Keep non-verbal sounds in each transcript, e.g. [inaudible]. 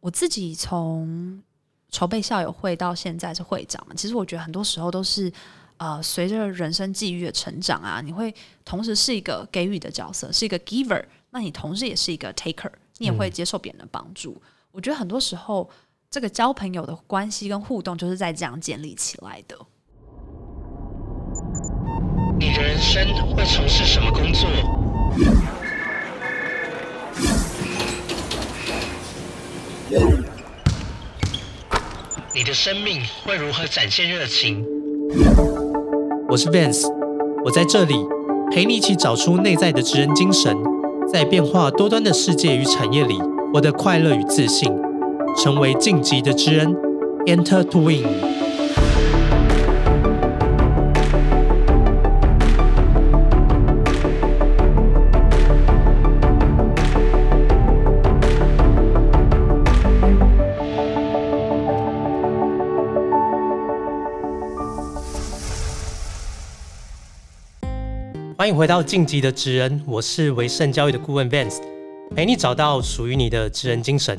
我自己从筹备校友会到现在是会长嘛，其实我觉得很多时候都是。呃，随着人生际遇的成长啊，你会同时是一个给予的角色，是一个 giver，那你同时也是一个 taker，你也会接受别人的帮助。我觉得很多时候，这个交朋友的关系跟互动就是在这样建立起来的。你的人生会从事什么工作？你的生命会如何展现热情？我是 Vance，我在这里陪你一起找出内在的职人精神，在变化多端的世界与产业里，我的快乐与自信，成为晋级的职人。Enter to win。欢迎回到晋级的职人，我是维盛教育的顾问 Vance，陪你找到属于你的职人精神。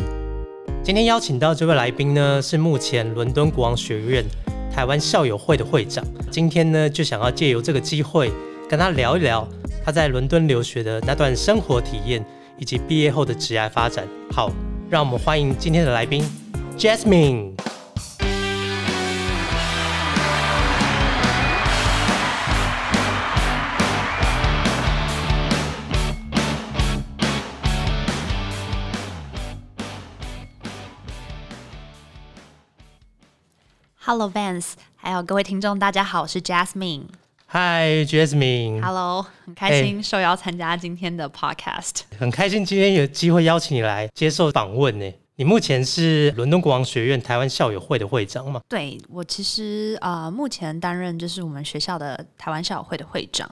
今天邀请到这位来宾呢，是目前伦敦国王学院台湾校友会的会长。今天呢，就想要借由这个机会，跟他聊一聊他在伦敦留学的那段生活体验，以及毕业后的职业发展。好，让我们欢迎今天的来宾 Jasmine。 Hello Vance，还有各位听众，大家好，我是 Jasmine。嗨，Jasmine。 Hello，很开心受邀参加今天的 podcast。很开心今天有机会邀请你来接受访问呢。你目前是伦敦国王学院台湾校友会的会长嘛？对我其实呃，目前担任就是我们学校的台湾校友会的会长。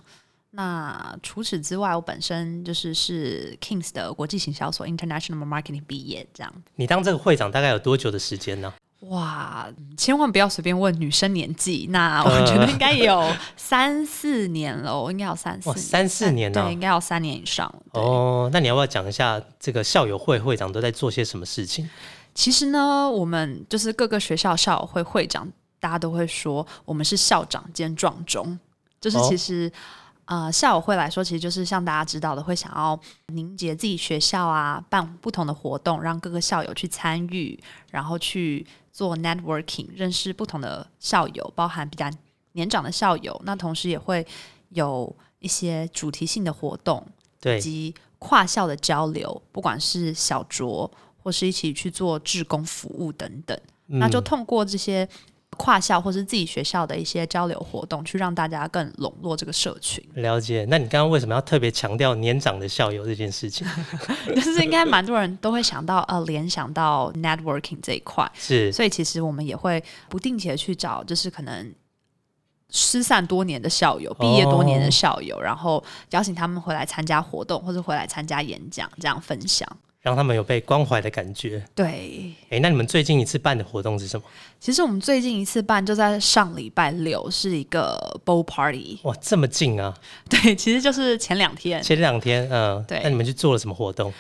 那除此之外，我本身就是是 Kings 的国际行销所 International Marketing 毕业，这样。你当这个会长大概有多久的时间呢、哇，嗯千万不要随便问女生年纪。那我觉得应该有三四年了哦，应该有三四哇三四年啊对，应该有三年以上了。对哦，那你要不要讲一下这个校友会会长都在做些什么事情？其实呢，我们就是各个学校校友会会长，大家都会说我们是校长兼壮中，就是哦其实、呃校友会来说，其实就是像大家知道的，会想要凝结自己学校啊，办不同的活动，让各个校友去参与，然后去做 networking，认识不同的校友，包含比较年长的校友，那同时也会有一些主题性的活动，对以，及跨校的交流，不管是小酌或是一起去做志工服务等等，嗯那就通过这些跨校或是自己学校的一些交流活动，去让大家更笼络这个社群， [laughs] 了解。那你刚刚为什么要特别强调年长的校友这件 [laughs] 事情？就是应该蛮多人都会想到呃联想到 networking 这一块，是所以其实我们也会不定期的去找，就是可能失散多年的校友、毕业多年的校友，然后邀请他们回来参加活动或者回来参加演讲，这样分享。让他们有被关怀的感觉。对，诶，那你们最近一次办的活动是什么？其实我们最近一次办就在上礼拜六，是一个 bowl party。 [laughs] 哇，这么近啊！对，其实就是前两天。前两天，嗯、对那你们去做了什么活动？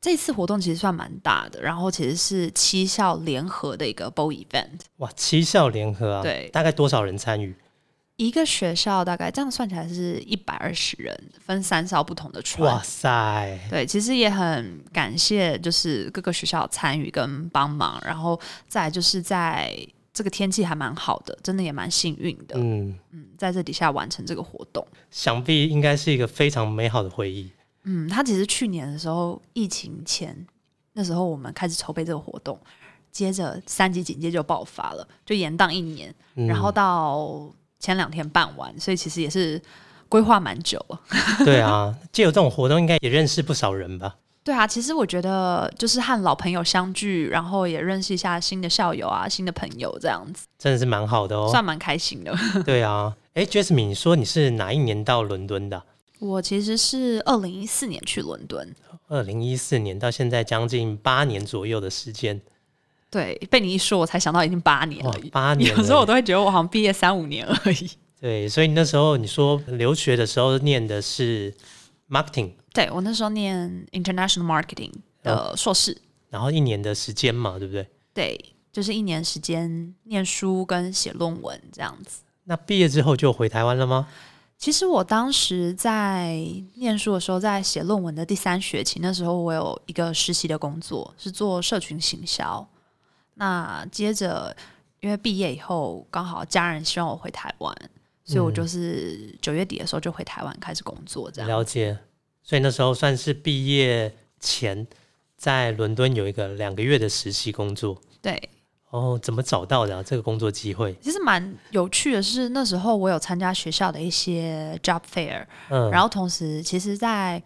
这次活动其实算蛮大的，然后其实是七校联合的一个 bowl event，哇，七校联合啊！对大概多少人参与？一个学校大概这样算起来是一百二十人，分三艘不同的船哇。塞，对，其实也很感谢，就是各个学校的参与跟帮忙，然后再来就是在这个天气还蛮好的，真的也蛮幸运的，嗯，嗯，在这底下完成这个活动。想必应该是一个非常美好的回忆。嗯，他其实去年的时候，疫情前那时候我们开始筹备这个活动，接着三级警戒就爆发了，就延宕一年，嗯然后 [laughs] 到前两天办完，所以其实也是规划蛮久了。 [laughs] 对啊，借由这种活动，应该也认识不少人吧？对啊，其实我觉得就是和老朋友相聚，然后也认识一下新的校友啊、新的朋友，这样子真的是蛮好的哦。算蛮开心的。 [laughs] [laughs] 对啊，哎，Jasmine，你说你是哪一年到伦敦的啊？我其实是二零一四年去伦敦，二零一四年到现在将近八年左右的时间，对，被你一说，我才想到已经八年哇了。，八年有时候我了。都会觉得我好像毕业三五年而已。对，所以你那时候你说留学的时候念的是 marketing，对我那时候念 international marketing 的硕士，然后一年的时间嘛，对不对？对，就是一年时间念书跟写论文这样子。那毕业之后就回台湾了吗？其实我当时在念书的时候，在写论文的第三学期，那时候我有一个实习的工作，是做社群行销。那接着，因为毕业以后，刚好家人希望我回台湾，所以我就是九月底的时候就回台湾开始工作，这样。了解。所以那时候算是毕业前，在伦敦有一个两个月的实习工作。对，哦，怎么找到的啊、这个工作机会？其实蛮有趣的是，那时候我有参加学校的一些 job fair，嗯，然后后同时，其实在，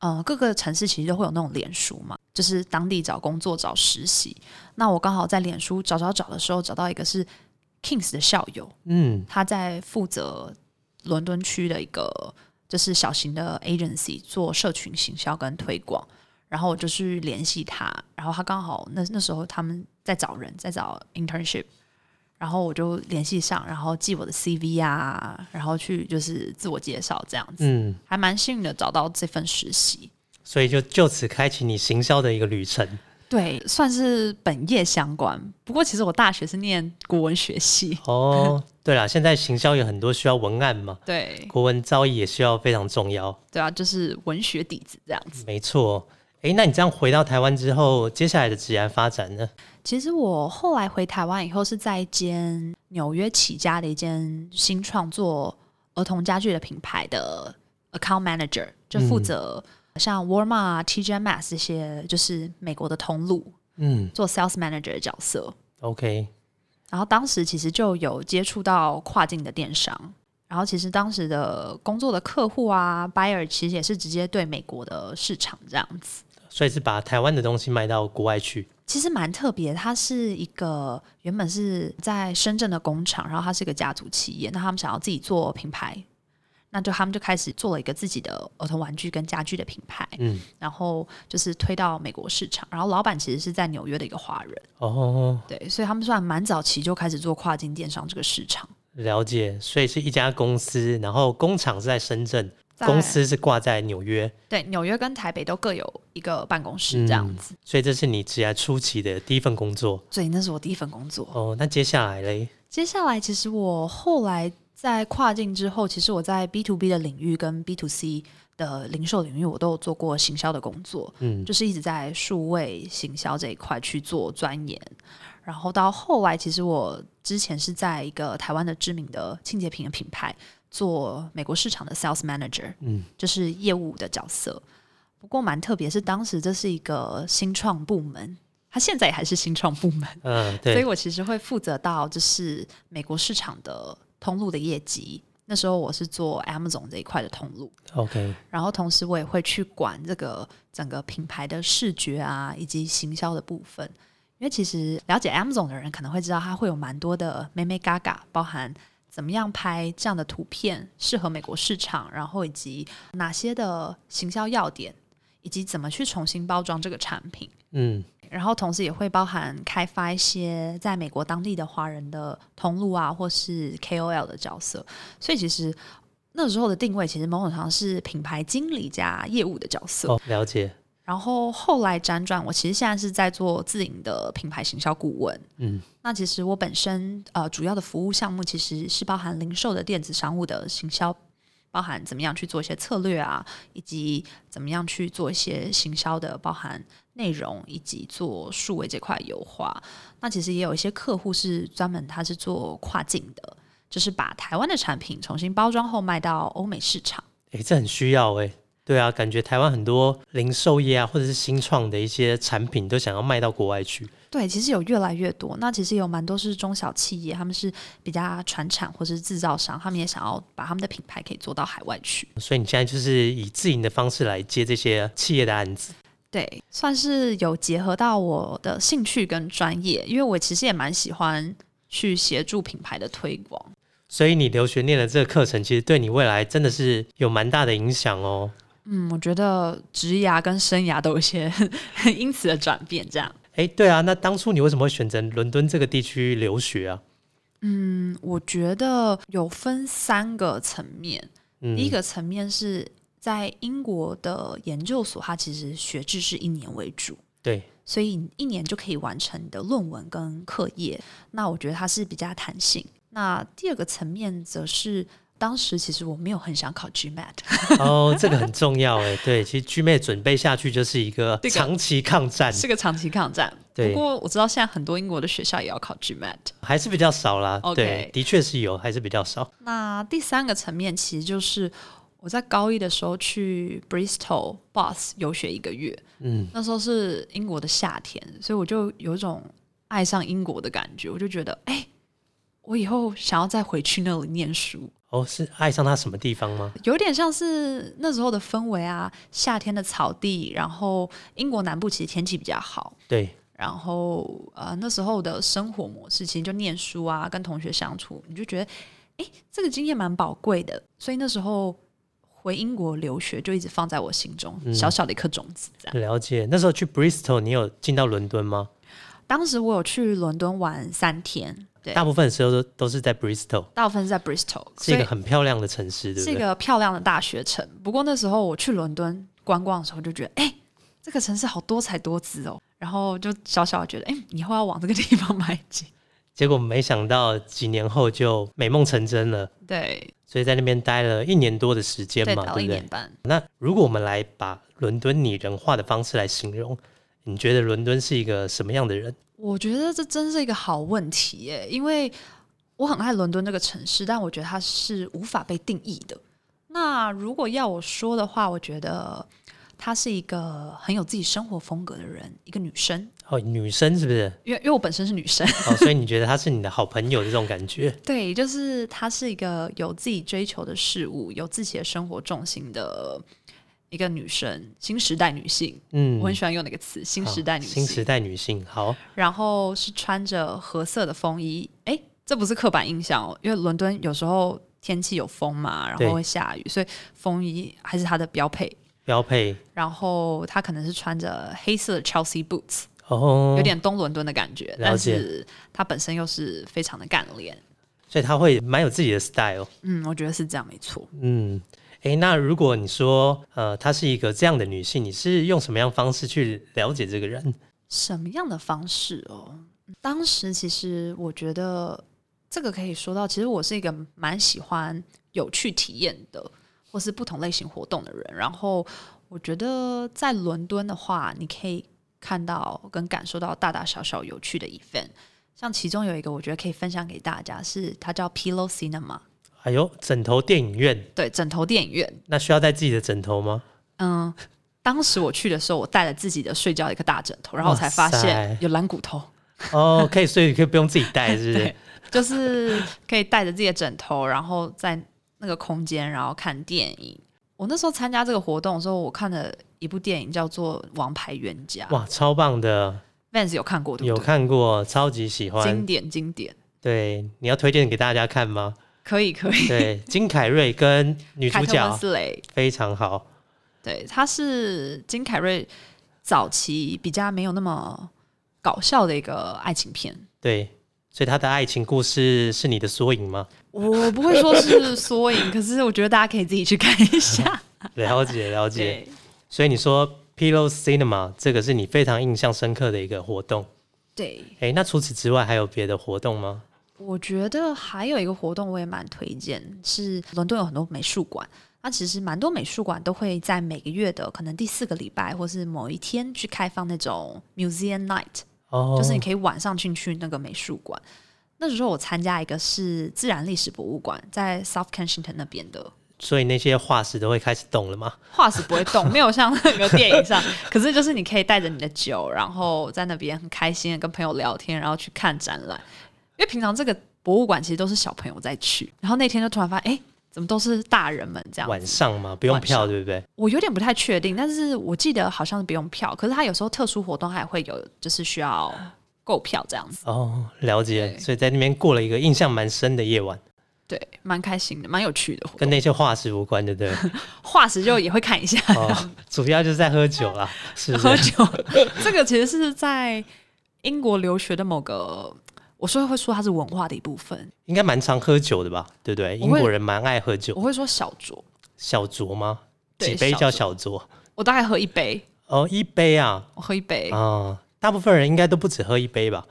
呃各个城市其实都会有那种脸书嘛，就是当地找工作、找实习。那我刚好在脸书找找找的时候，找到一个是 Kings 的校友，嗯，他在负责伦敦区的一个就是小型的 agency 做社群行销跟推广。然后我就去联系他，然后他刚好那那时候他们在找人，在找 internship，然后我就联系上，然后寄我的 CV 啊，然后去就是自我介绍这样子。嗯，还蛮幸运的找到这份实习，所以就就此开启你行销的一个旅程。对，算是本业相关。不过其实我大学是念国文学系， [laughs] 哦，对了，现在行销有很多需要文案嘛，对国文造诣也需要非常重要。对啊，就是文学底子这样子。没错。诶，那你这样回到台湾之后，接下来的职业发展呢？其实我后来回台湾以后，是在一间纽约起家的一间新创做儿童家具的品牌的 account manager，就负责像 Walmart 啊、TJ Maxx 这些，就是美国的通路嗯做 sales manager 的角色。 ，OK，然后当时其实就有接触到跨境的电商，然后其实当时的工作的客户啊，buyer 其实也是直接对美国的市场这样子，所以是把台湾的东西卖到国外去。其实蛮特别。它是一个原本是在深圳的工厂，然后它是一个家族企业，那他们想要自己做品牌，那就他们就开始做了一个自己的儿童玩具跟家具的品牌，嗯，然后就是推到美国市场。然后老板其实是在纽约的一个华人，哦，对，所以他们算蛮早期就开始做跨境电商这个市场。了解。所以是一家公司，然后工厂是在深圳，在公司是挂在纽约，对，纽约跟台北都各有一个办公室这样子，所以这是你职业初期的第一份工作。所以那是我第一份工作。哦，那接下来嘞？接下来，其实我后来在跨境之后，其实我在 B to B 的领域跟 B to C 的零售领域，我都有做过行销的工作，嗯就是一直在数位行销这一块去做钻研。然后到后来，其实我之前是在一个台湾的知名的清洁品的品牌做美国市场的 sales manager，嗯，就是业务的角色。不过蛮特别，是当时这是一个新创部门，它现在也还是新创部门，嗯，所以对，我其实会负责到就是美国市场的通路的业绩。那时候我是做 Amazon 这一块的通路， OK，然后同时我也会去管这个整个品牌的视觉啊，以及行销的部分。因为其实了解 Amazon 的人可能会知道，它会有蛮多的美美嘎嘎，包含怎么样拍这样的图片适合美国市场，然后以及哪些的行销要点，以及怎么去重新包装这个产品。嗯，然后同时也会包含开发一些在美国当地的华人的通路啊，或是 KOL 的角色。所以其实那时候的定位，其实某种程度上是品牌经理加业务的角色。哦，了解，然后后来辗转，我其实现在是在做自营的品牌行销顾问。嗯，那其实我本身呃主要的服务项目其实是包含零售的电子商务的行销，包含怎么样去做一些策略啊，以及怎么样去做一些行销的，包含内容以及做数位这块优化。那其实也有一些客户是专门他是做跨境的，就是把台湾的产品重新包装后卖到欧美市场。诶，这很需要诶。对啊，感觉台湾很多零售业啊，或者是新创的一些产品，都想要卖到国外去。对，其实有越来越多。那其实有蛮多是中小企业，他们是比较传产或是制造商，他们也想要把他们的品牌可以做到海外去。所以你现在就是以自营的方式来接这些企业的案子。对，算是有结合到我的兴趣跟专业，因为我其实也蛮喜欢去协助品牌的推广。所以你留学念了这个课程，其实对你未来真的是有蛮大的影响哦。嗯，我觉得职涯跟生涯都有一些 [laughs] 因此的转变，这样。诶，对啊，那当初你为什么会选择伦敦这个地区留学啊？嗯我觉得有分三个层面，嗯第一个层面是在英国的研究所，它其实学制是一年为主。对，所以一年就可以完成你的论文跟课业。那我觉得它是比较弹性。那第二个层面则是，当时其实我没有很想考 GMAT，哦，这个很重要哎。对，其实 G 妹准备下去就是一个这个长期抗 [laughs] 战，是个长期抗战。不对过我知道现在很多英国的学校也要考 GMAT。还是比较少啦。 OK 对，的确是有，还是比较少。那第三个层面其实就是我在高一的时候去 Bristol Bath 游学一个月，嗯，那时候是英国的夏天，所以我就有一种爱上英国的感觉，我就觉得哎。我以后想要再回去那里念书，哦，是爱上他什么地方吗？有点像是那时候的氛围啊，夏天的草地，然后英国南部其实天气比较好，对，然后呃那时候的生活模式其实就念书啊，跟同学相处，你就觉得诶，这个经验蛮宝贵的，所以那时候回英国留学就一直放在我心中，嗯小小的一颗种子这样。了解。那时候去 Bristol，你有进到伦敦吗？当时我有去伦敦玩三天，对，大部分时候都都是在 Bristol，大部分是在 Bristol，是所一以个很漂亮的城市，对是一不对？个漂亮的大学城。不过那时候我去伦敦观光的时候，就觉得哎、诶这个城市好多彩多姿哦，然后就小小的觉得哎、诶以后要往这个地方迈进。结果没想到几年后就美梦成真了，对，所以在那边待了一年多的时间对，嘛，打了对一不对年？半。那如果我们来把伦敦拟人化的方式来形容，你觉得伦敦是一个什么样的人？我觉得这真是一个好问题耶，因为我很爱伦敦这个城市，但我觉得它是无法被定义的。那如果要我说的话，我觉得她是一个很有自己生活风格的人，一个女生，哦，女生是不是？因为因为我本身是女生， [laughs] [laughs] 哦，所以你觉得她是你的好朋友的这种感觉？对，就是她是一个有自己追求的事物，有自己的生活重心的一个女生，新时代女性，嗯，我很喜欢用那个词，新时代女好性，新时代女性，好，然后是穿着褐色的风衣。诶，这不是刻板印象哦，因为伦敦有时候天气有风嘛，然对后会下雨，所以风衣还是它的标配。标配然后他可能是穿着黑色的 Chelsea boots，、哦，有，点东伦敦的感觉，了但解是他本身又是非常的干练。所以她会蛮有自己的 style。嗯，我觉得是这样，没错。嗯，诶，那如果你说呃，她是一个这样的女性，你是用什么样方式去了解这个人？什么样的方式哦？当时其实我觉得这个可以说到，其实我是一个蛮喜欢有趣体验的，或是不同类型活动的人。然后我觉得在伦敦的话，你可以看到跟感受到大大小小有趣的 event。像其中有一个，我觉得可以分享给大家，是它叫 Pillow Cinema，哎呦，枕头电影院，对，枕头电影院。那需要带自己的枕头吗？嗯，当时我去的时候，我带了自己的睡觉的一个大枕头，然后我才发哇塞现有蓝骨头。哦，可以，所以可以不用自己带，是不是 [laughs] 对？就是可以带着自己的枕头，然后在那个空间，然后看电影。我那时候参加这个活动的时候，我看了一部电影叫做《王牌冤家》哇，超棒的， ，Vans 有看过对有不对？看过，超级喜经欢。典经典，对，你要推荐给大家看吗？可以可 [laughs] 以。对，金凯瑞跟女凯主特温角啊斯雷，非常好，对，他是金凯瑞早期比较没有那么搞笑的一个爱情 [laughs] 片。对，所以她的爱情故事是你的缩影 [laughs] 吗？我不会说是缩影，可是我觉得大家可以自己去看一下。了解，了解。对。所以你说 Pillow Cinema 这个是你非常印象深刻的一个活动。对，诶，那除此之外还有别的活动吗？我觉得还有一个活动我也蛮推荐，是伦敦有很多美术馆。那其实蛮多美术馆都会在每个月的可能第四个礼拜，或是某一天去开放那种 museum night，、哦，就是你可以晚上进去那个美术馆。那时候我参加一个是自然历史博物馆，在 South Kensington 那边的，所以那些化石都会开始动了吗？画是不会动，没有像那个电影上。 [laughs] 可是就是你可以带着你的酒，然后在那边很开心的跟朋友聊天，然后去看展览。因为平常这个博物馆其实都是小朋友在去，然后那天就突然发现，哎、怎么都是大人们这样？晚上嘛，不用哦晚票，上对不对？我有点不太确定，但是我记得好像是不用票，可是他有时候特殊活动还会有，就是需要购票这样子。哦，了解。对所以在那边过了一个印象蛮深的夜晚，对，蛮开心的，蛮有趣的活跟动。那些化石无关，对不对？化石就也会看一下，哦，主要就是在喝 [laughs] 酒啦，是不喝是？酒。这个其实是在英国留学的某个，我说会说它是文化的一部分。应该蛮常喝酒的吧，对不对？我英会国人蛮爱喝酒我，会说小酌，小酌吗？对几杯小叫小酌？我大概喝一杯，哦，一杯啊，我喝一杯。啊、大部分人应该都不止喝一杯吧？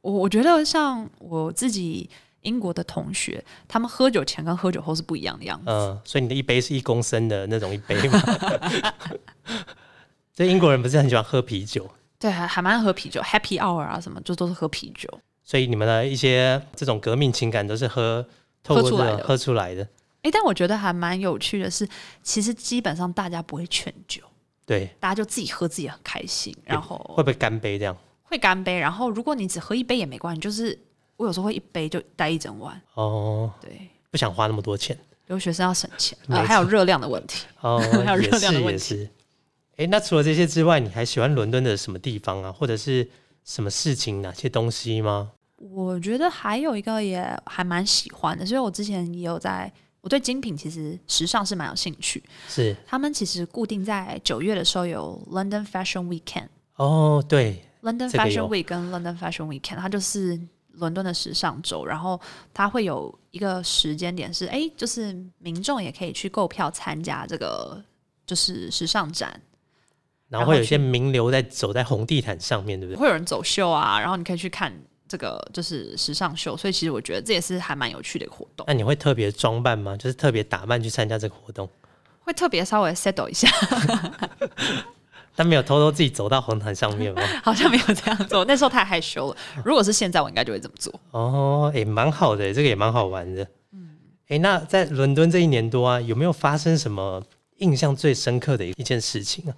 我我觉得像我自己英国的同学，他们喝酒前跟喝酒后是不一样的样子。嗯，所以你的一杯是一公升的那种一杯嘛。 [laughs] 这英国人不是很喜欢喝啤酒，对，还还蛮爱喝啤酒，Happy Hour 啊什么，就都是喝啤酒。所以你们的一些这种革命情感都是喝透过喝出这来种的喝出来的。诶，但我觉得还蛮有趣的是，其实基本上大家不会劝酒，对，大家就自己喝自己很开心，然后会不会干杯这样？会干杯。然后如果你只喝一杯也没关系，就是我有时候会一杯就待一整晚。哦，对，不想花那么多钱。留学生要省钱，没呃，错还有热量的问题。哦， [laughs] 还有也热量的是问也是。哎，那除了这些之外，你还喜欢伦敦的什么地方啊，或者是什么事情、啊哪些东西吗？我觉得还有一个也还蛮喜欢的，所以我之前也有在，我对精品其实时尚是蛮有兴趣。是他们其实固定在九月的时候有 London Fashion Weekend。哦，对， London 这个 Fashion 有 Week 跟 London Fashion Weekend，它就是伦敦的时尚周，然后它会有一个时间点是，哎，就是民众也可以去购票参加这个就是时尚展，然然后后会有一些去名流在走在红地毯上面，对不对？会有人走秀啊，然后你可以去看这个就是时尚秀，所以其实我觉得这也是还蛮有趣的活动，那你会特别装扮吗？就是特别打扮去参加这个活动，会特别稍微 settle 一下， [laughs] 但没有偷偷自己走到红毯上面 [laughs] 吗？好像没有这样做，那时候太害羞 [laughs] 了。如果是现在，我应该就会这么做。哦，也、蛮好的，这个也蛮好玩的。嗯哎、那在伦敦这一年多啊，有没有发生什么印象最深刻的一件事情啊？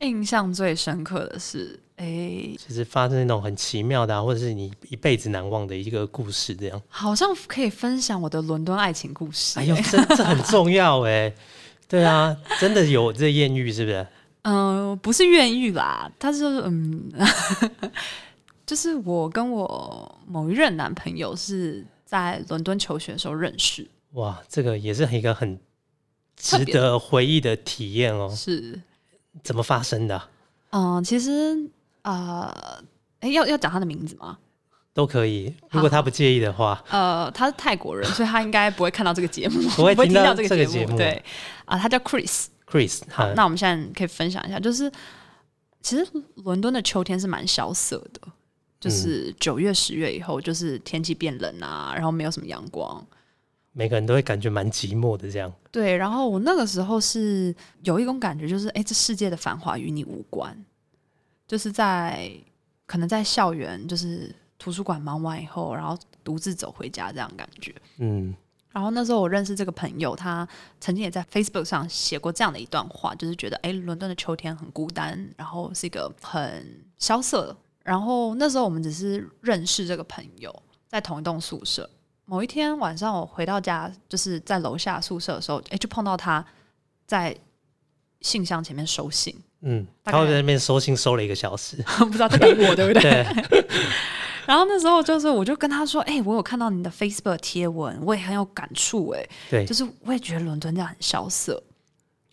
印象最深刻的是，哎，就是发生那种很奇妙的、啊，或者是你一辈子难忘的一个故事，这样。好像可以分享我的伦敦爱情故事。哎呦， [laughs] 这这很重要哎、对啊，真的有这艳遇是不是？嗯、不是艳遇啦，他是嗯， [laughs] 就是我跟我某一任男朋友是在伦敦求学的时候认识，哇，这个也是一个很值特别得回忆的体验哦。是怎么发生的啊、嗯、其实呃，哎，要要讲他的名字吗？都可以，如果他不介意的话，呃，他是泰国人，所以他应该不会看到这个节目，不会听听到这这个节节目对，啊、他叫 Chris。 Chris，好哈，那我们现在可以分享一下，就是其实伦敦的秋天是蛮萧瑟的，就是嗯九月、十月以后，就是天气变冷啊，然后没有什么阳光。每个人都会感觉蛮寂寞的这样。对，然后我那个时候是有一种感觉，就是哎，诶这世界的繁华与你无关，就是在可能在校园，就是图书馆忙完以后，然后独自走回家这样的感觉。嗯，然后那时候我认识这个朋友，他曾经也在 Facebook 上写过这样的一段话，就是觉得哎，诶伦敦的秋天很孤单，然后是一个很萧瑟。然后那时候我们只是认识这个朋友，在同一栋宿舍。某一天晚上我回到家，就是在楼下宿舍的时候，哎，就碰到他在信箱前面收信， [laughs] 嗯，大他会概在那边收信收了一个 [laughs] 小时，不知道在等我对不对？对， [laughs] 然后那时候就是我就跟他说，哎、我有看到你的 Facebook 贴文，我也很有感触，哎，对就是我也觉得伦敦这样很萧瑟。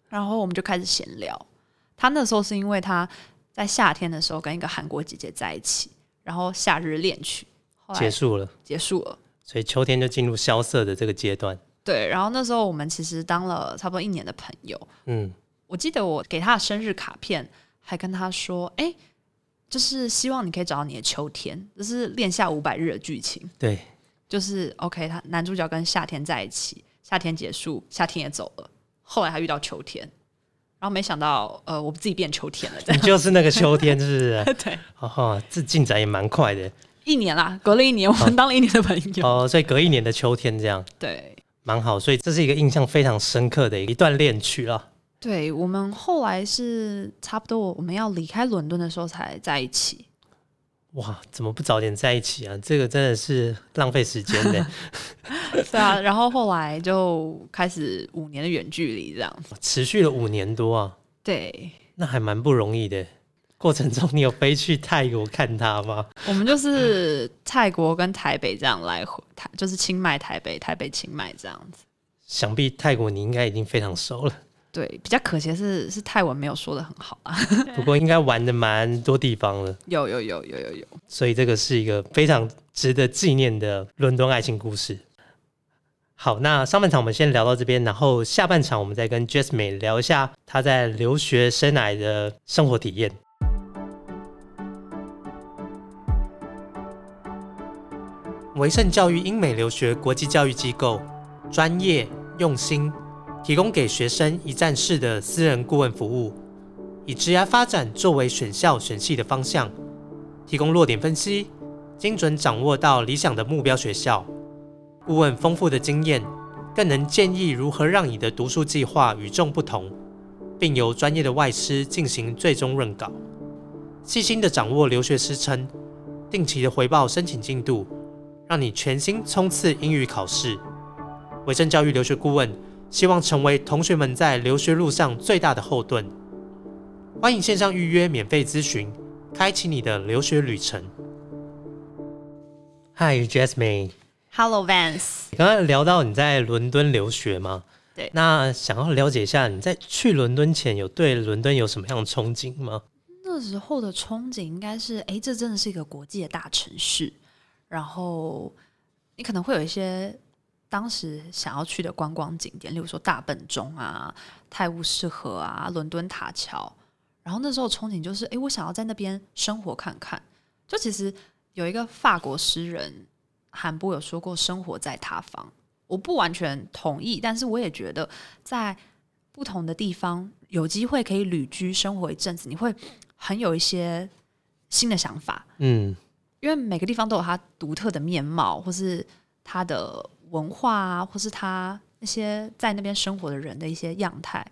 然后我们就开始闲聊。他那时候是因为他在夏天的时候跟一个韩国姐姐在一起，然后夏日恋曲，后结来束了，结束了。所以秋天就进入萧瑟的这个阶段。对，然后那时候我们其实当了差不多一年的朋友。嗯，我记得我给他的生日卡片，还跟他说：“哎、就是希望你可以找到你的秋天，这是恋夏五百日的剧情。” [laughs] 对，就是 OK，他男主角跟夏天在一起，夏天结束，夏天也走了，后来他遇到秋天，然后没想到呃，我自己变秋天了，这你就是那个秋天，是不是？样 [laughs] 对，哦吼，这进展也蛮快的一年啦，隔了一年，我们当了一年的朋友，哦，所以隔一年的秋天这样对。蛮好，所以这是一个印象非常深刻的一段恋曲啦。对我们后来是差不多，我们要离开伦敦的时候才在一起。哇，怎么不早点在一起啊？这个真的是浪费时间的。对啊，然后后来就开始五年的远距离这样。持续了五年多啊，对，那还蛮不容易的。过程中你有飞去泰国看他吗？我们就是 [coughs] 泰国跟台北这样来回，台就是清迈、台北、台北、清迈这样子。想必泰国你应该已经非常熟了，对，比较可惜的是是泰文没有说的很好啊。不过应该玩的蛮多地方了，有有有有有有，所以这个是一个非常值得纪念的伦敦爱情故事。好，那上半场我们先聊到这边，然后下半场我们再跟 Jasmine 聊一下她在留学生涯的生活体验。维盛教育英美留学国际教育机构，专业用心，提供给学生一站式的私人顾问服务，以职涯发展作为选校选系的方向，提供落点分析，精准掌握到理想的目标学校。顾问丰富的经验，更能建议如何让你的读书计划与众不同，并由专业的外师进行最终润稿，细心的掌握留学师称，定期的回报申请进度，让你全心冲刺英语考试。维正教育留学顾问希望成为同学们在留学路上最大的后盾。欢迎线上预约免费咨询，开启你的留学旅程。Hi Jasmine。 Hello Vance，刚才聊到你在伦敦留学嘛，对那想要了解一下你在去伦敦前有对伦敦有什么样的憧憬吗？那时候的憧憬应该是，哎，这真的是一个国际的大城市，然后你可能会有一些当时想要去的观光景点，例如说大笨钟啊、泰晤士河啊、伦敦塔桥。然后那时候憧憬就是，哎，我想要在那边生活看看。就其实有一个法国诗人韩波有说过“生活在他方”，我不完全同意，但是我也觉得在不同的地方有机会可以旅居生活一阵子，你会很有一些新的想法，嗯，因为每个地方都有它独特的面貌，或是它的文化啊，或是它那些在那边生活的人的一些样态。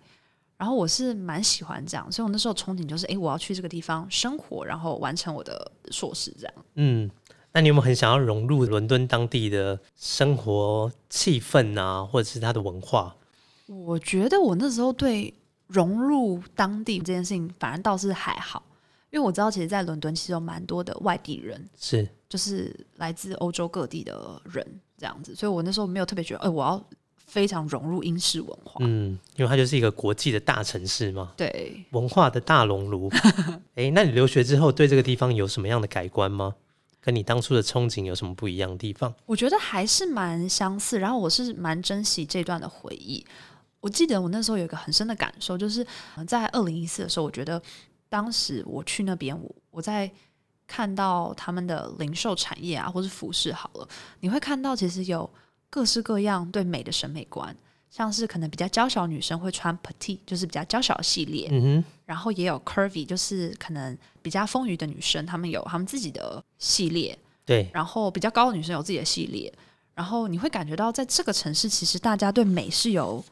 然后我是蛮喜欢这样，所以我那时候憧憬就是，诶，我要去这个地方生活，然后完成我的硕士这样。嗯，那你有没有很想要融入伦敦当地的生活气氛啊，或者是它的文化？我觉得我那时候对融入当地这件事情，反而倒是还好，因为我知道其实，在伦敦其实有蛮多的外地人，是，就是来自欧洲各地的人这样子，所以我那时候没有特别觉得，哎、我要非常融入英式文化。嗯，因为它就是一个国际的大城市嘛，对，文化的大熔炉。诶，那你留学之后对这个地方有什么样的改观吗？跟你当初的憧憬有什么不一样的地方？我觉得还是蛮相似，然后我是蛮珍惜这段的回忆。我记得我那时候有一个很深的感受，就是呃在二零一四的时候，我觉得当时我去那边，我我在看到他们的零售产业啊，或是服饰好了，你会看到其实有各式各样对美的审美观，像是可能比较娇小女生会穿 petite，就是比较娇小的系列，嗯哼，然后也有 curvy，就是可能比较丰腴的女生，她们有她们自己的系列，对，然后比较高的女生有自己的系列，然后你会感觉到在这个城市，其实大家对美是有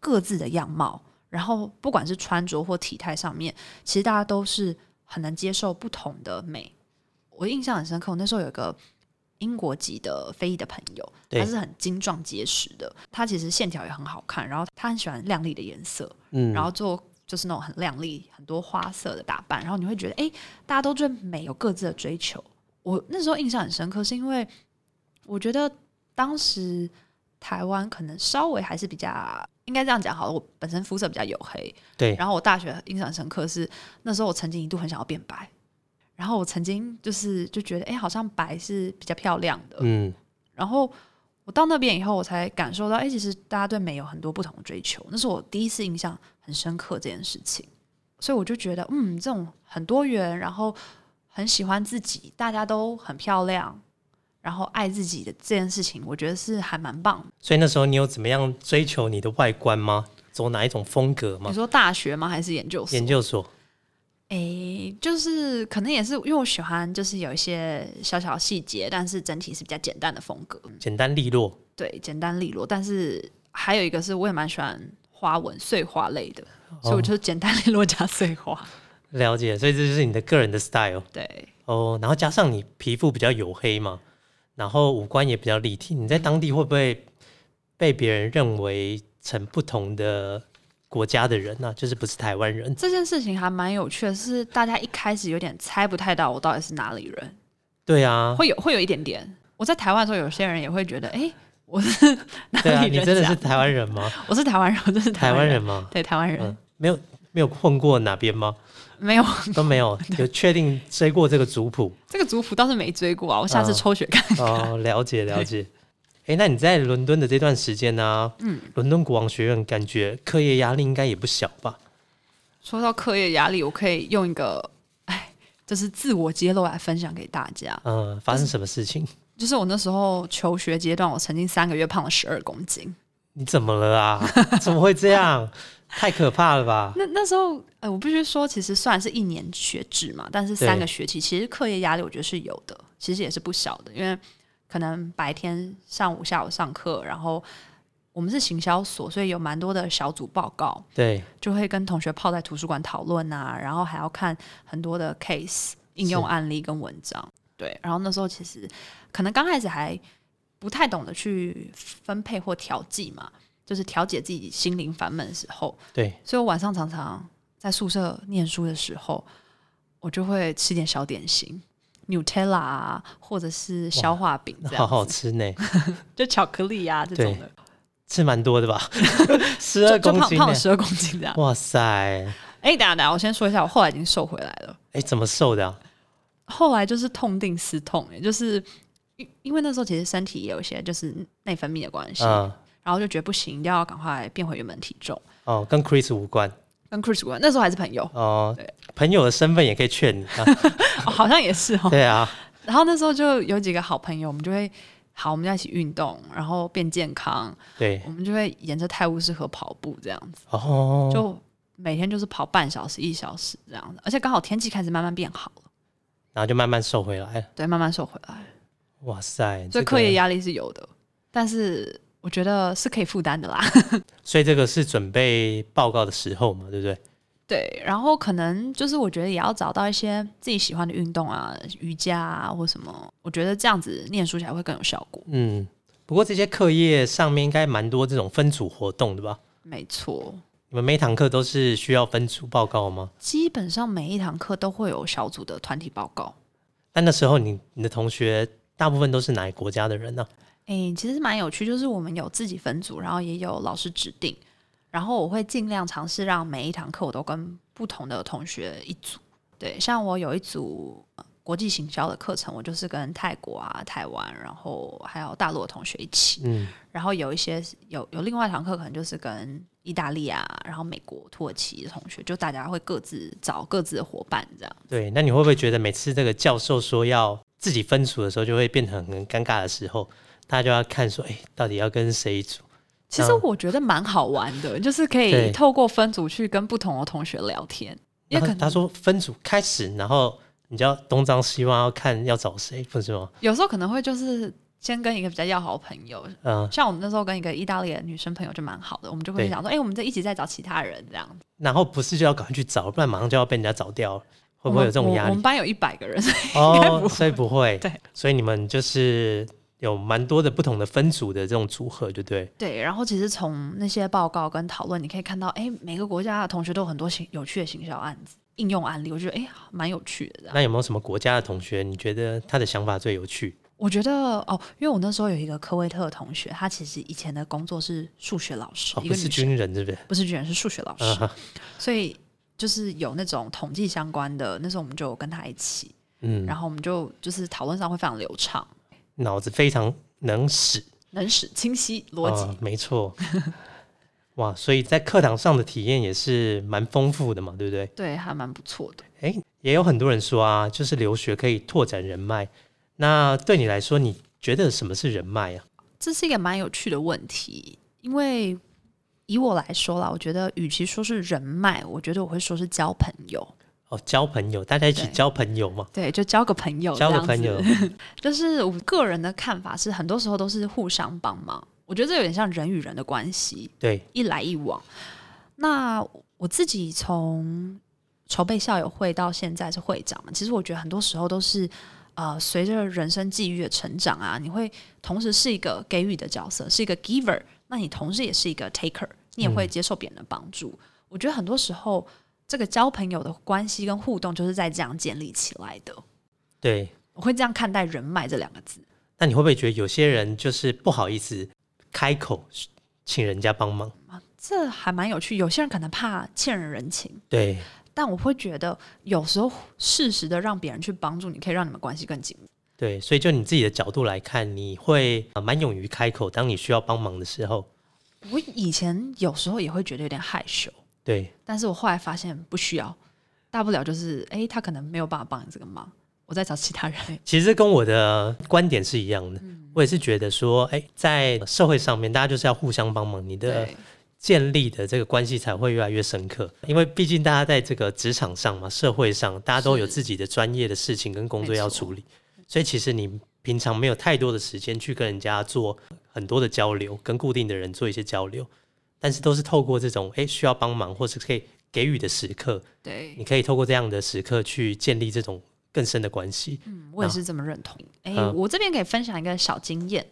各自的样貌，然后不管是穿着或体态上面，其实大家都是很能接受不同的美。我印象很深刻，我那时候有一个英国籍的非裔的朋友，对他是很精壮结实的，他其实线条也很好看，然后他很喜欢亮丽的颜色，嗯，然后做就是那种很亮丽、很多花色的打扮，然后你会觉得，哎、大家都对美有各自的追求。我那时候印象很深刻，是因为我觉得当时台湾可能稍微还是比较，应该这样讲好了。我本身肤色比较黝黑，对，然后我大学印象很深刻是那时候我曾经一度很想要变白，然后我曾经就是就觉得，哎、好像白是比较漂亮的，嗯，然后我到那边以后，我才感受到，哎、其实大家对美有很多不同的追求，那是我第一次印象很深刻这件事情。所以我就觉得，嗯，这种很多元，然后很喜欢自己，大家都很漂亮，然后爱自己的这件事情，我觉得是还蛮棒的。所以那时候你有怎么样追求你的外观吗？走哪一种风格你吗？说大学吗？还是研究所研？究所，诶，就是可能也是因为我喜欢，就是有一些小小细节，但是整体是比较简单的风格。简单利落。对，简单利落。但是还有一个是我也蛮喜欢花纹碎花类的，所以哦我就是简单 [laughs] 利落加碎花。了解，所以这就是你的个人的 style 对，哦。然后加上你皮肤比较黝黑嘛，然后五官也比较立体，你在当地会不会被别人认为成不同的国家的人呢、就是不是台湾人？这件事情还蛮有趣的，是大家一开始有点猜不太到我到底是哪里人，对啊，会有会有一点点。我在台湾的时候，有些人也会觉得，哎，我是哪 [laughs] 对啊，里你人？真的这是样台湾人吗？我是台湾人，我真是台湾湾人吗？对，台湾人、嗯，没有没有混过哪边吗？没有都 [laughs] 没有，有确定追过这个族谱。这个族谱倒是没追过啊，我下次嗯抽血看。 [laughs] 哦，了解了解。哎、那你在伦敦的这段时间呢、嗯，伦敦国王学院感觉课业压力应该也不小吧？说到课业压力，我可以用一个，哎，就是自我揭露来分享给大家。 [laughs] 嗯、发生什么事情？就是我那时候求学阶段，我曾经三个月胖了十二公斤。你怎么了啊？怎么会这 [laughs] 样？太可怕了吧？那那时候，呃，我必须说，其实虽然是一年学制嘛，但是对三个学期，其实课业压力我觉得是有的，其实也是不小的，因为可能白天上午、下午上课，然后我们是行销所，所以有蛮多的小组报告，对，就会跟同学泡在图书馆讨论啊，然后还要看很多的 case 应用案例跟文章。对，然后那时候其实可能刚开始还不太懂得去分配或调剂嘛，就是调节自己心灵烦闷的时候。对，所以我晚上常常在宿舍念书的时候，我就会吃点小点心，Nutella 啊，或者是消化饼这好样好子，吃呢，就巧克力啊这种的，吃蛮多的 [laughs] 吧？十就二就公胖斤胖呢了？十二公斤这样。哇塞！哎、哎、等一下等一下，我先说一下，我后来已经瘦回来了。怎么瘦的、啊？后来就是痛定思痛、欸，就是因因为那时候其实身体也有一些就是内分泌的关系，嗯，然后就觉得不行，一定要赶快变回原本体重。哦，跟 Chris 无关跟 Chris 有关那时候还是 [laughs] 朋友，哦对，朋友的身份也可以劝你 [laughs] 啊。哦好像也是哦。对啊，然后那时候就有几个好朋友，我们就会好，我们要一起运动，然后变健康，对，我们就会沿着泰晤士河跑步这样子，哦，就每天就是跑半小时、一小时这样子，而且刚好天气开始慢慢变好了，然后就慢慢瘦回来了。对，慢慢瘦回来，哇塞，所以这个课业压力是有的，但是我觉得是可以负担的啦。所以这个是准备报告的时候嘛，对不对？对，然后可能就是我觉得也要找到一些自己喜欢的运动啊，瑜伽啊或什么，我觉得这样子念书起来会更有效果。嗯，不过这些课业上面应该蛮多这种分组活动的吧？没错，你们每堂课都是需要分组报告吗？基本上每一堂课都会有小组的团体报告。那那时候你你的同学大部分都是哪个国家的人呢、诶，其实蛮有趣，就是我们有自己分组，然后也有老师指定，然后我会尽量尝试让每一堂课我都跟不同的同学一组。对，像我有一组、呃国际行销的课程，我就是跟泰国啊、台湾，然后还有大陆的同学一起。嗯，然后有一些有有另外一堂课，可能就是跟意大利啊，然后美国、土耳其的同学，就大家会各自找各自的伙伴这样。对。那你会不会觉得每次这个教授说要自己分组的时候，就会变成很尴尬的时候，大家就要看说，哎、到底要跟谁一组？其实嗯我觉得蛮好玩 [laughs] 的，就是可对以透过分组去跟不同的同学聊天，也然可后能他说分组开始，然后你就要东张西望，要看要找谁，不是吗？有时候可能会就是先跟一个比较要好的朋友，嗯，像我们那时候跟一个意大利的女生朋友就蛮好的，我们就会对想说，哎、我们再一起再找其他人这样。然后不是就要赶快去找，不然马上就要被人家找掉了，会不会有这我种们压我我力们？班有一百个人，所以应该不哦，会所以不会，对，所以你们就是有蛮多的不同的分组的这种组合，就对，对，然后其实从那些报告跟讨论，你可以看到，哎，每个国家的同学都有很多行有趣的行销案子、应用案例，我觉得哎，蛮有趣的这样。那有没有什么国家的同学，你觉得他的想法最有趣？我觉得哦，因为我那时候有一个科威特的同学，他其实以前的工作是数学老师，哦，一不个是女生，军人，是不是？不是居然是数学老师，嗯哼所以就是有那种统计相关的，那时候我们就跟他一起，嗯，然后我们就就是讨论上会非常流畅，脑子非常能使，能使清晰逻辑。嗯没错。哇，所以在课堂上的体验也是蛮丰富的嘛，对不对？对，还蛮不错的。诶，也有很多人说啊，就是留学可以拓展人脉。那对你来说，你觉得什么是人脉啊？这是一个蛮有趣的问题，因为以我来说啦，我觉得与其说是人脉，我觉得我会说是交朋友。哦，交朋友，大家一起对交朋友嘛，对，就交个朋友，交个朋友。就是我个人的看法是，很多时候都是互相帮忙。我觉得这有点像人与人的关系，对，一来一往。那我自己从筹备校友会到现在是会长嘛，其实我觉得很多时候都是呃，随着人生际遇的成长啊，你会同时是一个给予的角色，是一个 giver，那你同时也是一个 taker，你也会接受别人的帮助。我觉得很多时候，这个交朋友的关系跟互动就是在这样建立起来的。对。我会这样看待“人脉”这两个字。那你会不会觉得有些人就是不好意思开口请人家帮忙？这还蛮有趣。有些人可能怕欠人人情，对，但我会觉得有时候适时的让别人去帮助你，可以让你们关系更紧密。对，所以就你自己的角度来看，你会呃蛮勇于开口，当你需要帮忙的时候，我以前有时候也会觉得有点害羞，对，但是我后来发现不需要，大不了就是诶，他可能没有办法帮你这个忙，我在找其他人。其实跟我的观点是一样的，嗯我也是觉得说，哎，在社会上面，大家就是要互相帮忙，你的对建立的这个关系才会越来越深刻。因为毕竟大家在这个职场上嘛，社会上，大家都有自己的专业的事情跟工作要处理，所以其实你平常没有太多的时间去跟人家做很多的交流，跟固定的人做一些交流，但是都是透过这种哎需要帮忙或是可以给予的时刻，对，你可以透过这样的时刻去建立这种更深的关系。嗯，我也是这么认同。哎、嗯我这边可以分享一个小经验，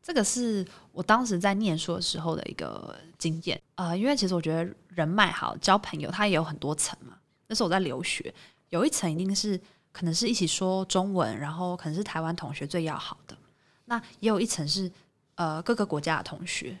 这个是我当时在念书的时候的一个经验啊、呃因为其实我觉得人脉好，交朋友它也有很多层嘛。那时候我在留学，有一层一定是可能是一起说中文，然后可能是台湾同学最要好的，那也有一层是呃各个国家的同学。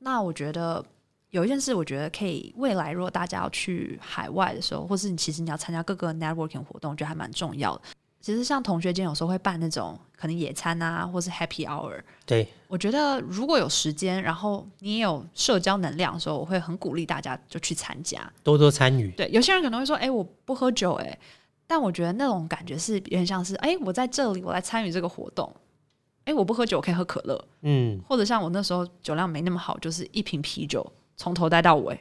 那我觉得有一件事，我觉得可以未来如果大家要去海外的时候，或是你其实你要参加各个 networking 活动，我觉得还蛮重要的。其实像同学间有时候会办那种可能野餐啊，或是 happy hour。对，我觉得如果有时间，然后你也有社交能量的时候，我会很鼓励大家就去参加。多多参与。对，有些人可能会说：“哎、我不喝酒。”哎，但我觉得那种感觉是有点像是：“哎、我在这里，我来参与这个活动。哎、我不喝酒，我可以喝可乐。”嗯，或者像我那时候酒量没那么好，就是一瓶啤酒从头待到尾。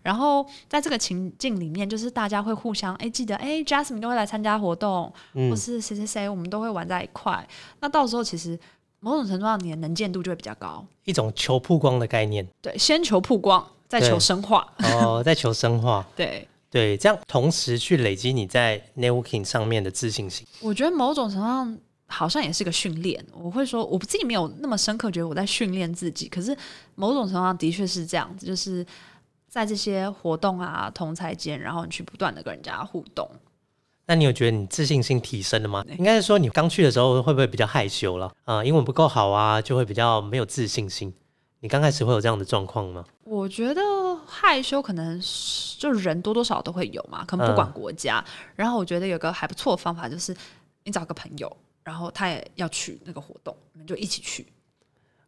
然后在这个情境里面，就是大家会互相哎记得哎，Jasmine 都会来参加活动，嗯或是谁谁谁，我们都会玩在一块。那到时候其实某种程度上，你的能见度就会比较高。一种求曝光的概念对，先求曝光，再求对深化。哦，在求深化。对，对，这样同时去累积你在 networking 上面的自信心。我觉得某种程度上好像也是个训练。我会说，我自己没有那么深刻觉得我在训练自己，可是某种程度上的确是这样子，就是在这些活动啊、同才间，然后你去不断的跟人家互动。那你有觉得你自信心提升了吗？应该是说你刚去的时候会不会比较害羞了？啊、英文不够好啊，就会比较没有自信心。你刚开始会有这样的状况吗？我觉得害羞可能是就人多多少少都会有嘛，可能不嗯管国家。然后我觉得有个还不错的方法就是，你找个朋友，然后他也要去那个活动，你们就一起去，嗯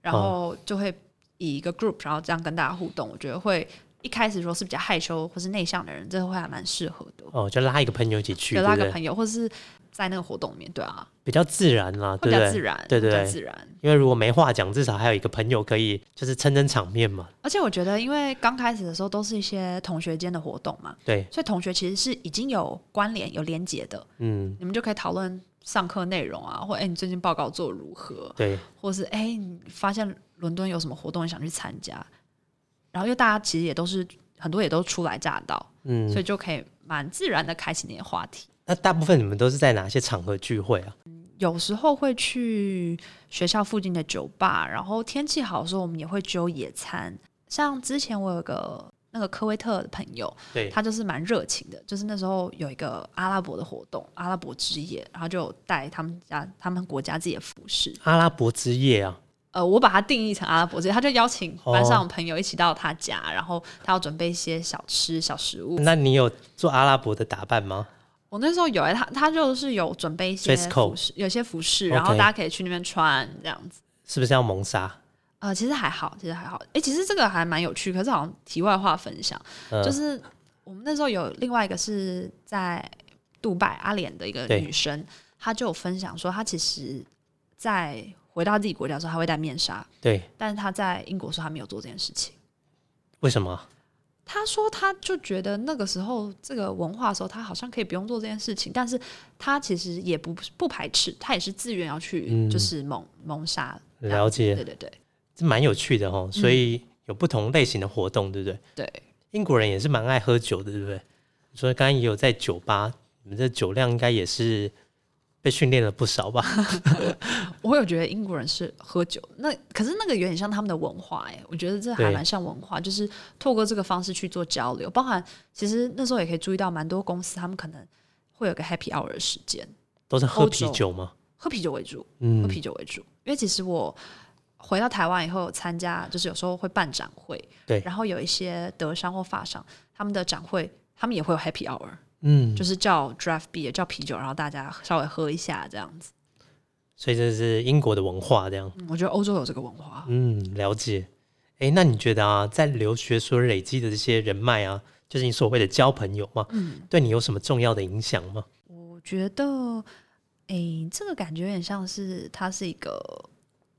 然后就会以一个 group，然后这样跟大家互动。我觉得会一开始如果是比较害羞或是内向的人，这会还蛮适合的，哦，就拉一个朋友一起去，就对拉不个对？朋友，或是在那个活动里面，对啊，比较自然啦，会比对不较对？自然，对对比较对自然。因为如果没话讲，至少还有一个朋友可以就是撑撑场面嘛。而且我觉得，因为刚开始的时候都是一些同学间的活动嘛，对，所以同学其实是已经有关联、有连结的，嗯，你们就可以讨论上课内容啊，或哎、你最近报告做得如何，对，或是哎、你发现伦敦有什么活动你想去参加，然后因为大家其实也都是很多也都初来乍到，嗯所。以就可以蛮自然的开启那些话题。那大部分你们都是在哪些场合聚会啊？有时候会去学校附近的酒吧，然后天气好的时候我们也会揪野餐。像之前我有个那个科威特的朋友，对，他就是蛮热情的，就是那时候有一个阿拉伯的活动，阿拉伯之夜，然后就有带他们家他们国家自己的服饰。阿拉伯之夜啊，呃，我把它定义成阿拉伯之夜，他就邀请班上哦的朋友一起到他家，然后他要准备一些小吃、小食物。那你有做阿拉伯的打扮吗？我那时候有哎、他他就是有准备一些 Dress code 服饰，有些服饰， OK 然后大家可以去那边穿这样子。是不是要蒙杀？呃，其实还好，其实还好。哎、其实这个还蛮有趣，可是好像题外话分享，嗯就是我们那时候有另外一个是在杜拜阿联的一个对女生，她就有分享说，她其实，在回到自己国家的时候，她会戴面纱，对，但是她在英国的时候，她没有做这件事情。为什么？她说，她就觉得那个时候这个文化的时候，她好像可以不用做这件事情，但是她其实也不不排斥，她也是自愿要去嗯就是蒙、蒙纱。了解对对对这蛮有趣的哦，所以有不同类型的活动，对不对？对。英国人也是蛮爱喝酒的，对不对？所以刚刚也有在酒吧，你们这酒量应该也是被训练了不少吧？ [laughs] 我有觉得英国人是喝酒，那可是那个有点像他们的文化哎、我觉得这还对蛮像文化，就是透过这个方式去做交流。包含其实那时候也可以注意到，蛮多公司他们可能会有个 happy hour 的时间，都是喝欧啤洲酒吗？喝啤酒为主，喝嗯，啤酒为主。因为其实我回到台湾以后，有参加就是有时候会办展会，对然后有一些德商或法商他们的展会，他们也会有 happy hour，嗯，就是叫 draft beer，叫啤酒，然后大家稍微喝一下这样子。所以这是英国的文化这样。嗯我觉得欧洲有这个文化。嗯，了解。哎，那你觉得啊，在留学所累积的这些人脉啊，就嗯是你所谓的交朋友嘛，对你有什么重要的影响吗？我觉得诶，这个感觉有点像是它是一个，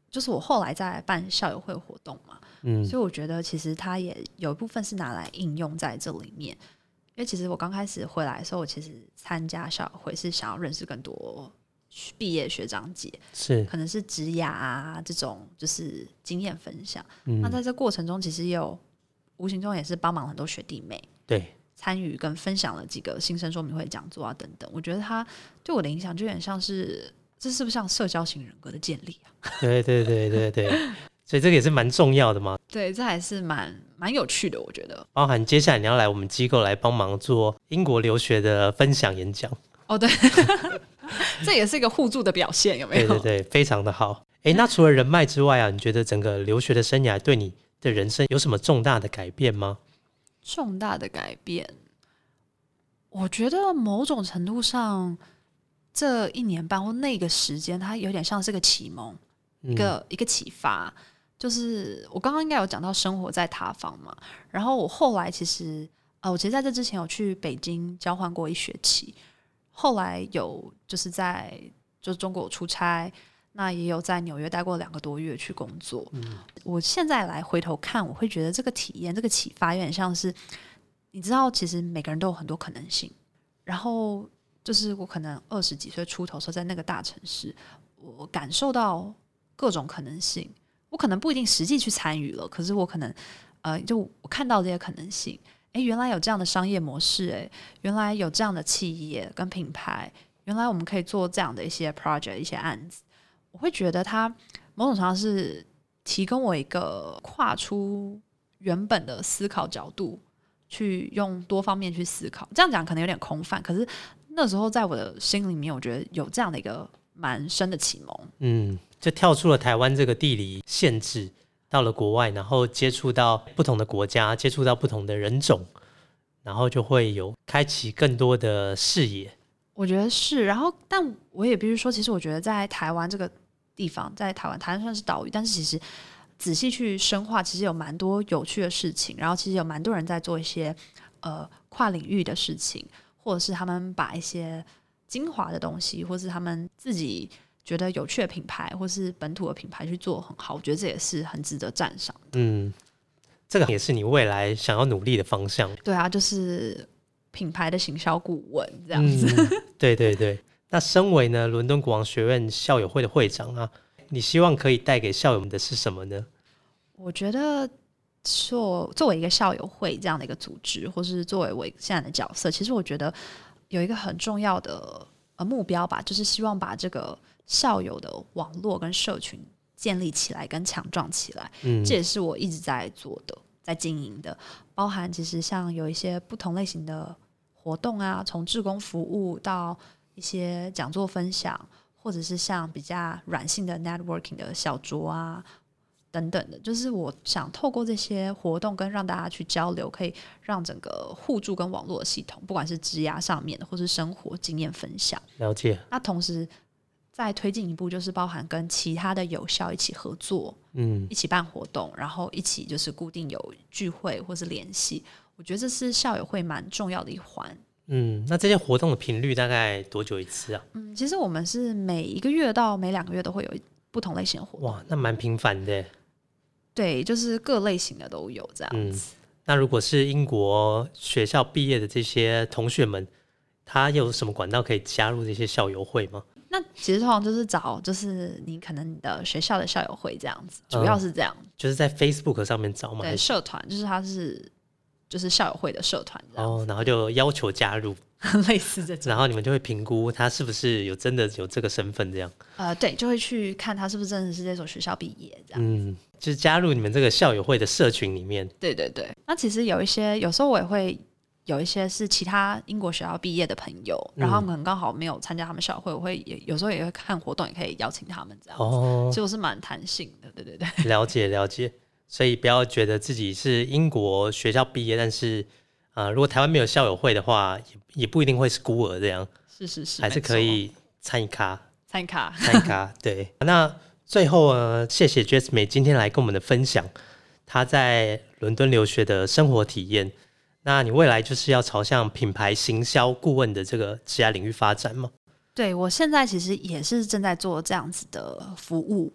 就是我后来在办校友会活动嘛，嗯所以我觉得其实它也有一部分是拿来应用在这里面。因为其实我刚开始回来的时候，我其实参加校友会是想要认识更多学毕业学长姐，是，可能是职涯啊这种就是经验分享。嗯那在这过程中，其实也有无形中也是帮忙很多学弟妹对，参与跟分享了几个新生说明会讲座啊等等。我觉得他对我的影响就有点像是，这是不是像社交型人格的建立啊？对对对对对，所以这个也是蛮重要的嘛，对，这还是蛮蛮有趣的，我觉得。包含接下来你要来我们机构来帮忙做英国留学的分享演讲，哦， [laughs] 对，这也是一个互助的表现，有没对有？对对，非常的好。诶，那除了人脉之外啊，你觉得整个留学的生涯对你的人生有什么重大的改变吗？重大的改变，我觉得某种程度上，这一年半或那个时间，它有点像是个启蒙。嗯一个一个启发，就是我刚刚应该有讲到生活在他方嘛，然后我后来其实呃，我其实在这之前有去北京交换过一学期，后来有就是在就是中国有出差，那也有在纽约待过两个多月去工作。我现在来回头看，我会觉得这个体验、这个启发有点像是，你知道，其实每个人都有很多可能性，然后。就是我可能二十几岁出头的时候，在那个大城市，我感受到各种可能性。我可能不一定实际去参与了，可是我可能，呃，就我看到这些可能性。诶，原来有这样的商业模式，诶，原来有这样的企业跟品牌，原来我们可以做这样的一些 project、一些案子。我会觉得它某种程度上是提供我一个跨出原本的思考角度，去用多方面去思考。这样讲可能有点空泛，可是那时候在我的心里面，我觉得有这样的一个蛮深的启蒙。嗯，就跳出了台湾这个地理限制，到了国外，然后接触到不同的国家，接触到不同的人种，然后就会有开启更多的视野。我觉得是，然后但我也必须说，其实我觉得在台湾这个地方，在台湾，台湾算是岛屿，但是其实仔细去深化，其实有蛮多有趣的事情，然后其实有蛮多人在做一些呃跨领域的事情，或者是他们把一些精华的东西，或是他们自己觉得有趣的品牌，或是本土的品牌去做很好，我觉得这也是很值得赞赏。嗯，这个也是你未来想要努力的方向。对啊，就是品牌的行销顾问这样子。 [laughs] 嗯，对对对。那身为呢伦敦国王学院校友会的会长啊，你希望可以带给校友们的是什么呢？我觉得作作为一个校友会这样的一个组织，或是作为我现在的角色，其实我觉得有一个很重要的呃目标吧，就是希望把这个校友的网络跟社群建立起来，跟强壮起来。嗯这也是我一直在做的，在经营的，包含其实像有一些不同类型的活动啊，从志工服务到一些讲座分享，或者是像比较软性的 networking 的小酌啊等等的，就是我想透过这些活动跟让大家去交流，可以让整个互助跟网络的系统，不管是职涯上面的，或是生活经验分享。了解。那同时再推进一步，就是包含跟其他的有效一起合作，嗯一起办活动，然后一起就是固定有聚会或是联系。我觉得这是校友会蛮重要的一环。嗯，那这些活动的频率大概多久一次啊？嗯，其实我们是每一个月到每两个月都会有不同类型的活动，哇，那蛮频繁的耶。对，就是各类型的都有这样子。那如果是英国学校毕业的这些同学们，他有什么管道可以加入这些校友会吗？那其实通常就是找，就是你可能你的学校的校友会这样子，主要是这样。就是在 Facebook 上面找嘛，对，嗯哦还是社团就是它是就是校友会的社团这样，哦，然后就要求加入， [laughs] 类似这种。然后你们就会评估他是不是有真的有这个身份这样。呃，对，就会去看他是不是真的是这所学校毕业这样。嗯，就是加入你们这个校友会的社群里 [laughs] 面。对对对，那其实有一些，有时候我也会有一些是其他英国学校毕业的朋友，然嗯后他们可能刚好没有参加他们校友会，我会也有时候也会看活动，也可以邀请他们这样。哦，所以我是蛮弹性的，对对对，了解了解。所以不要觉得自己是英国学校毕业，但是呃，如果台湾没有校友会的话，也也不一定会是孤儿这样，是是是，还是没错可以参与咖。参卡。参 [laughs] 咖。对，那最后呢，谢谢 j e s m i 今天来跟我们的分享，她在伦敦留学的生活体验。那你未来就是要朝向品牌行销顾问的这个职业领域发展吗？对我现在其实也是正在做这样子的服务，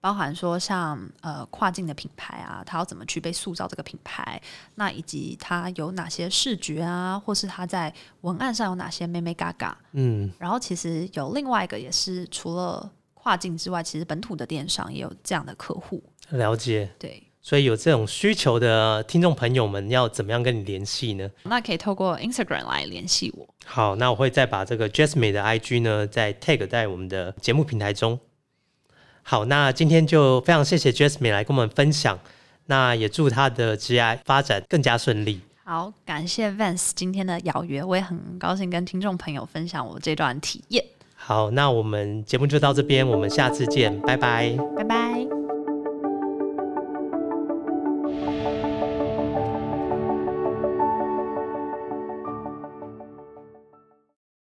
包含说像呃跨境的品牌啊，它要怎么去被塑造这个品牌，那以及它有哪些视觉啊，或是它在文案上有哪些妹妹嘎嘎。嗯，然后其实有另外一个也是除了跨境之外，其实本土的电商也有这样的客户。了解。对，所以有这种需求的听众朋友们，要怎么样跟你联系呢？那可以透过 Instagram 来联系我。好，那我会再把这个 Jasmine 的 IG 呢，再 tag 在我们的节目平台中。好，那今天就非常谢谢 Jasmine 来跟我们分享，那也祝她的职业发展更加顺利。好，感谢 Vance 今天的邀约，我也很高兴跟听众朋友分享我这段体验。好，那我们节目就到这边，我们下次见，拜拜。拜拜。